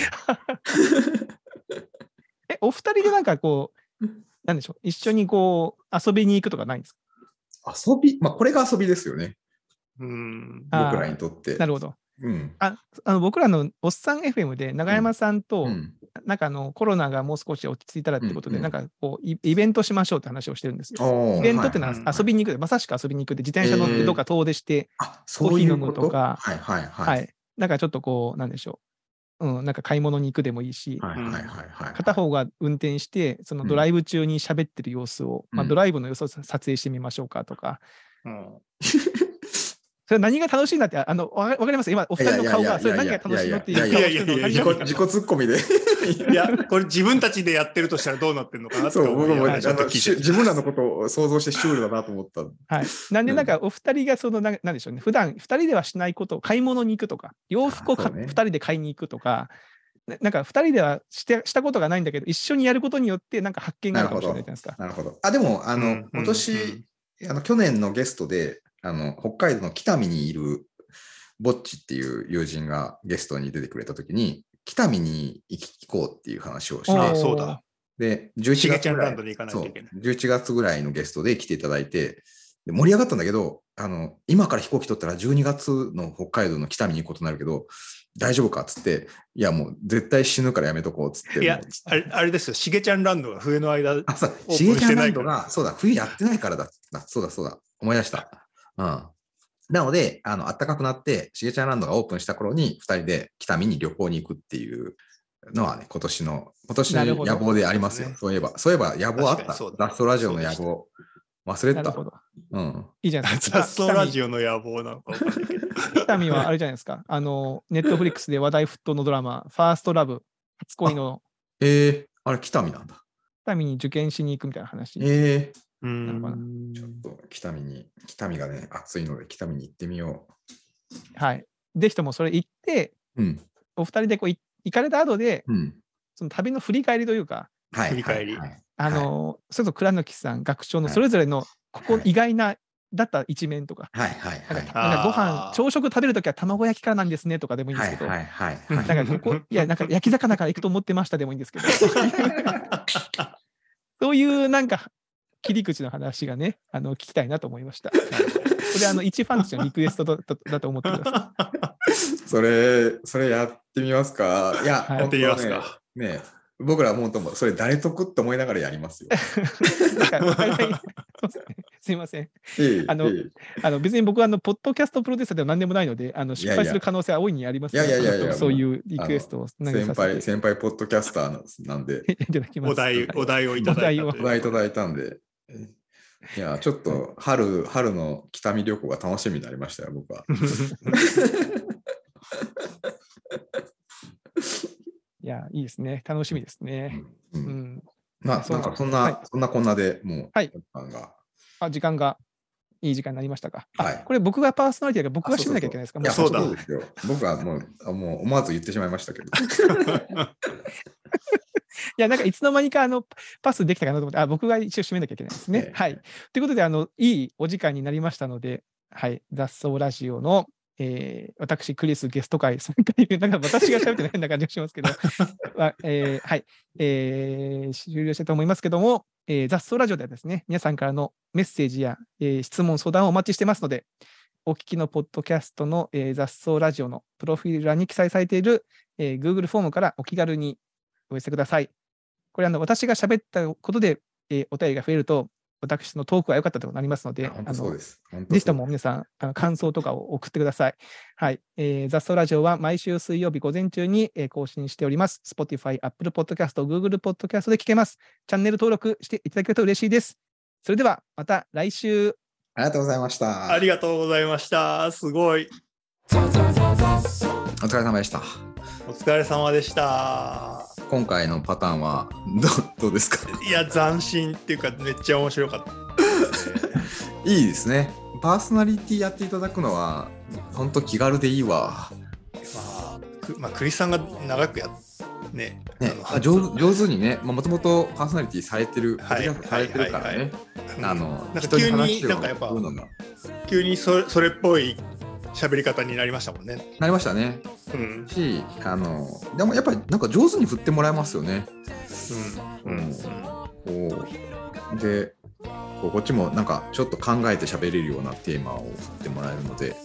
Speaker 1: え、おお二人でなんかこ
Speaker 2: <laughs>
Speaker 1: う、なんでしょう、一緒にこう遊びに行くとかないんですか
Speaker 2: 遊び、まあ、これが遊びですよね、
Speaker 3: うん。
Speaker 1: あー
Speaker 2: 僕らにとって。
Speaker 1: なるほど。
Speaker 2: うん。
Speaker 1: ああの僕らのおっさん FM で永山さんと、
Speaker 2: うん
Speaker 1: なんかあのコロナがもう少し落ち着いたらってことで、
Speaker 2: うん
Speaker 1: なんかこうイイベントしましょうって話をしてるんですよ。
Speaker 2: おー
Speaker 1: イベントってのは
Speaker 3: はいはい
Speaker 1: 遊びに行くで、まさしく遊びに行くで、自転車乗ってどっか遠出して、
Speaker 2: あ、そういう
Speaker 1: コーヒー飲
Speaker 2: こ
Speaker 1: む
Speaker 2: と
Speaker 1: とか
Speaker 2: はいはいは。
Speaker 1: はいい、なんかちょっとこう、なんでしょう、うん、なんか買い物に行くでもいいし、
Speaker 2: はいはいはいはい。
Speaker 1: 片方が運転して、そのドライブ中に喋ってる様子を、
Speaker 2: うん
Speaker 1: まあ、ドライブの様子を撮影してみましょうかとか、それ何が楽しいんだって、ああのわかわかります今、お二人の顔が、それ何が楽しいのっていう顔してるの分か
Speaker 3: い
Speaker 1: り
Speaker 2: 自
Speaker 1: ます
Speaker 2: 己
Speaker 3: やいやいやいや
Speaker 2: 自己ツッコミで
Speaker 3: うんいや、これ自分たちでやってるとしたらどうなってんのかなって
Speaker 2: そう
Speaker 3: 思
Speaker 2: 僕も
Speaker 3: い
Speaker 2: あ
Speaker 3: ながらちょっと
Speaker 2: の
Speaker 3: 聞い
Speaker 2: してゅ
Speaker 3: た
Speaker 2: 自分らのことを想像してシュールだなと思った。
Speaker 1: はい、なんで、なんかお二人がそのな、なんでしょうね、普段二人ではしないことを買い物に行くとか、洋服を
Speaker 2: あ
Speaker 1: か
Speaker 2: そ
Speaker 1: 二、
Speaker 2: うね
Speaker 1: 人で買いに行くとか、ななんか二人ではしてしたことがないんだけど、一緒にやることによって、なんか発見があるかもしれないじゃないですか。
Speaker 2: なるほど。あでもあ
Speaker 3: う
Speaker 2: の
Speaker 3: ん
Speaker 2: 今
Speaker 3: うん
Speaker 2: 年あの去年のゲストであの北海道の北見にいるぼっちっていう友人がゲストに出てくれたときに北見に行こうっていう話をし
Speaker 1: お
Speaker 3: あ
Speaker 1: ー
Speaker 3: あ、
Speaker 2: て
Speaker 3: そうだ。
Speaker 2: で11
Speaker 3: しげ
Speaker 2: 月
Speaker 3: ちゃん
Speaker 2: ぐら
Speaker 3: ラ
Speaker 2: い
Speaker 3: ンドに行かない
Speaker 2: そ
Speaker 3: と
Speaker 2: う
Speaker 3: いけない。
Speaker 2: 11月ぐらいのゲストで来ていただいてで盛り上がったんだけどあの今から飛行機取ったら12月の北海道の北見に行くことになるけど大丈夫かっつっていやもう絶対死ぬからやめとこうっつって
Speaker 3: いや
Speaker 2: もう
Speaker 3: あれ、あれですよ、しげちゃんランドが冬の間、
Speaker 2: あそう
Speaker 3: オープン
Speaker 2: シゲちゃ
Speaker 3: して
Speaker 2: んラ
Speaker 3: ない
Speaker 2: ン
Speaker 3: か
Speaker 2: ド
Speaker 3: ら
Speaker 2: がそうだ冬やってないからだだそうだそうだ思い出した、うん、なのであの暖かくなってしげちゃんランドがオープンした頃に2人で北見に旅行に行くっていうのはね今年の今年
Speaker 1: なる
Speaker 2: の
Speaker 1: ほど
Speaker 2: 野望でありますよ
Speaker 3: ね
Speaker 2: そういえばそういえば野望あっ
Speaker 3: 確か
Speaker 2: た
Speaker 3: にそうだ
Speaker 2: ラストラジオの野
Speaker 3: そう
Speaker 2: 望忘れて
Speaker 1: なる
Speaker 2: た
Speaker 1: ほど。
Speaker 2: うん
Speaker 1: いいじゃないですか。
Speaker 3: <laughs> 雑草ラジオの野望なのかわかんないけど。
Speaker 1: 北見北見はあれじゃないですか。あの、ネットフリックスで話題沸騰のドラマ、ファーストラブ、初恋の
Speaker 2: えー、あれ北見なんだ
Speaker 1: 北見に受験しに行くみたいな話。
Speaker 2: えー
Speaker 3: う
Speaker 1: なのかなん
Speaker 2: ちょっと北見に北見がね暑いので北見に行ってみよ
Speaker 1: はい。ぜひともそれ行って、
Speaker 2: ううん
Speaker 1: お二人でこうい行かれた後で、
Speaker 2: うん
Speaker 1: その旅の振り返りというか、
Speaker 2: はい
Speaker 3: 振り返り
Speaker 2: はいはい
Speaker 1: あの、それぞれ倉貫さん、学長の
Speaker 2: はい
Speaker 1: それぞれの、ここ
Speaker 2: はい
Speaker 1: 意外な、だった一面とか、
Speaker 2: はいはいは
Speaker 1: ないんかなんかご飯
Speaker 3: あー
Speaker 1: 朝食食べるときは卵焼きからなんですねとかでもいいんで
Speaker 2: は
Speaker 1: す
Speaker 2: い
Speaker 1: けど、
Speaker 2: はいはい
Speaker 3: うん
Speaker 2: はい
Speaker 1: なんか
Speaker 2: <laughs>
Speaker 1: ここ、いや、なんか焼き魚から行くと思ってましたでもいいんですけど、 <laughs> そういうなんか切り口の話がね、あの聞きたいなと思いました。これ、あの、一ファンとしてのリクエストだだだと思ってください。
Speaker 2: それ、それやってみますか。
Speaker 1: <laughs>
Speaker 2: いや、
Speaker 1: はい
Speaker 2: 本当
Speaker 3: やってみますか。
Speaker 2: ね。ね僕らはもうとも、それ誰得って思いながらやります
Speaker 1: <laughs>
Speaker 2: よ。
Speaker 1: なんかお互いそうですねすいません。
Speaker 2: いい
Speaker 1: あの
Speaker 2: いいい
Speaker 1: あの別に僕はあのポッドキャストプロデューサーでは何でもないので、あの失敗
Speaker 2: い
Speaker 1: す
Speaker 2: やい
Speaker 1: る
Speaker 2: や
Speaker 1: 可能性は大いにありますので
Speaker 2: いやいやいやいや
Speaker 1: そういうリクエストを投げ
Speaker 2: 先
Speaker 1: させ
Speaker 2: 輩、
Speaker 1: て
Speaker 2: 先輩ポッドキャスターなんですな
Speaker 1: <laughs>
Speaker 2: んで、
Speaker 1: いただきます。
Speaker 3: お題、お題をいただいたという。
Speaker 2: お題いただいたんで、いや、ちょっと春、春の北見旅行が楽しみになりましたよ、僕は。
Speaker 1: いや、いいですね。楽しみですね。
Speaker 2: う
Speaker 1: うんん。
Speaker 2: まあ、
Speaker 1: そう
Speaker 2: なんかそん
Speaker 1: はい
Speaker 2: な、そんなこんなでもう、
Speaker 1: はい
Speaker 2: なんか
Speaker 1: あ、時間がいい時間になりましたか。あ
Speaker 2: はい
Speaker 1: これ僕がパーソナリティだから僕が
Speaker 2: あ
Speaker 1: 締めなきゃいけないですか。
Speaker 2: いや
Speaker 1: も
Speaker 3: そうだ
Speaker 2: そうですよ僕はもう、あもう思わず言ってしまいましたけど。
Speaker 1: いや、なんかいつの間にかあのパスできたかなと思って、あ、僕が一応締めなきゃいけないですね。
Speaker 2: ええ
Speaker 1: はい。ということで、あの、いいお時間になりましたので、はい、雑草ラジオの、えー私、クリスゲスト会3回目、なんか私が喋ってないような感じがします
Speaker 2: <laughs>
Speaker 1: けど、はえーはい、えー終了したいと思いますけども、えー雑草ラジオではですね、皆さんからのメッセージや、えー質問、相談をお待ちしてますので、お聞きのポッドキャストの、えー雑草ラジオのプロフィール欄に記載されている、えー Google フォームからお気軽にお寄せください。これあの、私が喋ったことで、えーお便りが増えると、私のトークが良かったとなりますので、
Speaker 2: 本
Speaker 1: あ
Speaker 2: 当
Speaker 1: の
Speaker 2: そうです。本当
Speaker 1: ぜひ
Speaker 2: そ
Speaker 1: と
Speaker 2: う
Speaker 1: も皆さん、あの感想とかを送ってください。はい。えー、雑草ラジオは毎週水曜日午前中に、えー更新しております。Spotify、Apple Podcast、Google Podcast で聞けます。チャンネル登録していただけると嬉しいです。それでは、また来週。
Speaker 2: ありがとうございました。
Speaker 3: <laughs> ありがとうございました。すごい。
Speaker 2: お疲れ様でした。
Speaker 3: お疲れ様でした。
Speaker 2: 今回のパターンはどどうですか
Speaker 3: いや、斬新っていうか、めっちゃ面白かったですね。
Speaker 2: いいですね。パーソナリティやっていただくのは、ほんと気軽でいいわ。
Speaker 3: まあ、くまあ、クリスさんが長くやっね、
Speaker 2: ね
Speaker 3: あの、
Speaker 2: 上上手にね、もともとパーソナリティされてる、
Speaker 3: はい
Speaker 2: ポッドキャストされてるから
Speaker 3: はいは
Speaker 2: ね、あの、
Speaker 3: なんか
Speaker 2: 人
Speaker 3: 急
Speaker 2: 話
Speaker 3: に、
Speaker 2: を
Speaker 3: なんかやっぱ
Speaker 2: どう、なんだ
Speaker 3: 急にそれそれっぽい喋り方になりましたもんね。
Speaker 2: なりましたね。
Speaker 3: うん。
Speaker 2: し、あの、でもやっぱりなんか上手に振ってもらえますよね。
Speaker 3: うんうんうん
Speaker 2: おーでこうこっちもなんかちょっと考えて喋れるようなテーマを振ってもらえるので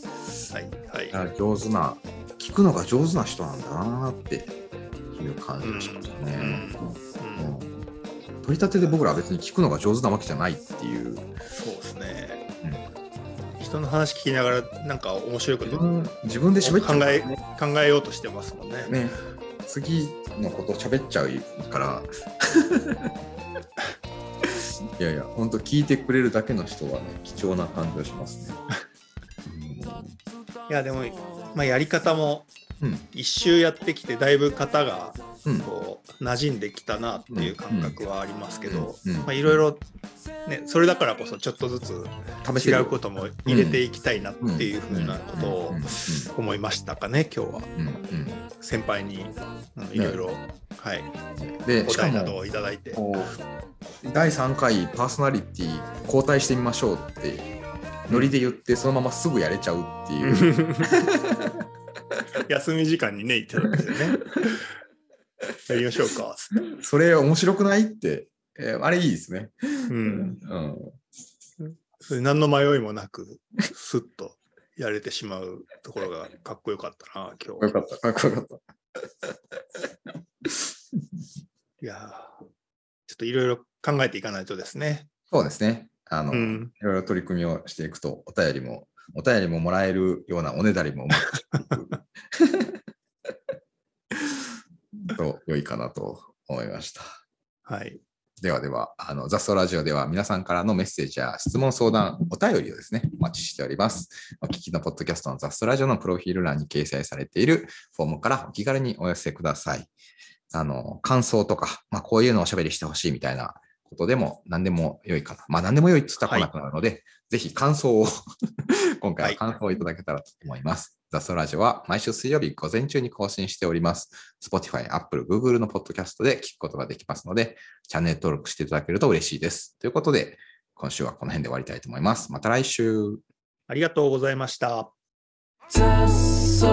Speaker 3: はいは
Speaker 2: あ
Speaker 3: い。
Speaker 2: 上手な聞くのが上手な人なんだなっていう感じがしますね。
Speaker 3: うん
Speaker 2: うん取り立てで僕らは別に聞くのが上手なわけじゃないっていう、
Speaker 3: そうですね。人の話聞きながら、なんか面白いこ
Speaker 2: 自
Speaker 3: と
Speaker 2: 分自分で喋っちゃう
Speaker 3: 考え考えようとしてますもんね。
Speaker 2: ね次のこと喋っちゃうからいやいや本当聞いてくれるだけの人はね貴重な感じがしますね。
Speaker 3: いや、でも、まあ、やり方も
Speaker 2: うん
Speaker 3: 一周やってきて、だいぶ型が
Speaker 2: うん
Speaker 3: こう馴染んできたなっていう感覚はありますけど、
Speaker 2: うんうん
Speaker 3: まあ、いろいろ、ね、それだからこそちょっとずつ
Speaker 2: 試して
Speaker 3: 違
Speaker 2: る
Speaker 3: うことも入れていきたいなっていうふうなことを思いましたかね今日は
Speaker 2: うんうん
Speaker 3: 先輩にうんいろいろ、はい、
Speaker 2: うんでし
Speaker 3: 答
Speaker 2: か
Speaker 3: えなど
Speaker 2: も
Speaker 3: をいただいて。
Speaker 2: こう第3回パーソナリティ交代してみましょうってノリで言ってそのまますぐやれちゃうっていう。
Speaker 3: <laughs> 休み時間にね行ってたんですよね。 <laughs> やりましょうか。つって
Speaker 2: それ面白くないって、えーあれいいですね。
Speaker 3: う、
Speaker 2: うんん。
Speaker 3: それ何の迷いもなくスッとやれてしまうところがかっこよかったな今
Speaker 2: よ
Speaker 3: 日。
Speaker 2: かった、かっこよかった。
Speaker 3: いやーちょっといろいろ考えていかないとですね。
Speaker 2: そうですね。あの、
Speaker 3: う
Speaker 2: い
Speaker 3: ん、
Speaker 2: ろいろ取り組みをしていくと、お便りも、お便りももらえるようなおねだ
Speaker 3: <laughs>
Speaker 2: りもう <laughs> まくしていくと良いかなと思いました。
Speaker 3: はい。
Speaker 2: ではでは、あの、雑草ラジオでは皆さんからのメッセージや質問、相談、お便りをですね、お待ちしております。お聞きのポッドキャストの雑草ラジオのプロフィール欄に掲載されているフォームからお気軽にお寄せください。あの、感想とか、まあ、こういうのをおしゃべりしてほしいみたいなことでも何でも良いかな。まあ、何でも良いって言ったら来なくなるので、ぜひ感想 <laughs> を、今回は感想をいただけたらと思います。雑草ラジオは毎週水曜日午前中に更新しております。Spotify、Apple、Google のポッドキャストで聞くことができますので、チャンネル登録していただけると嬉しいです。ということで、今週はこの辺で終わりたいと思います。また来週。
Speaker 3: ありがとうございました。
Speaker 4: 雑草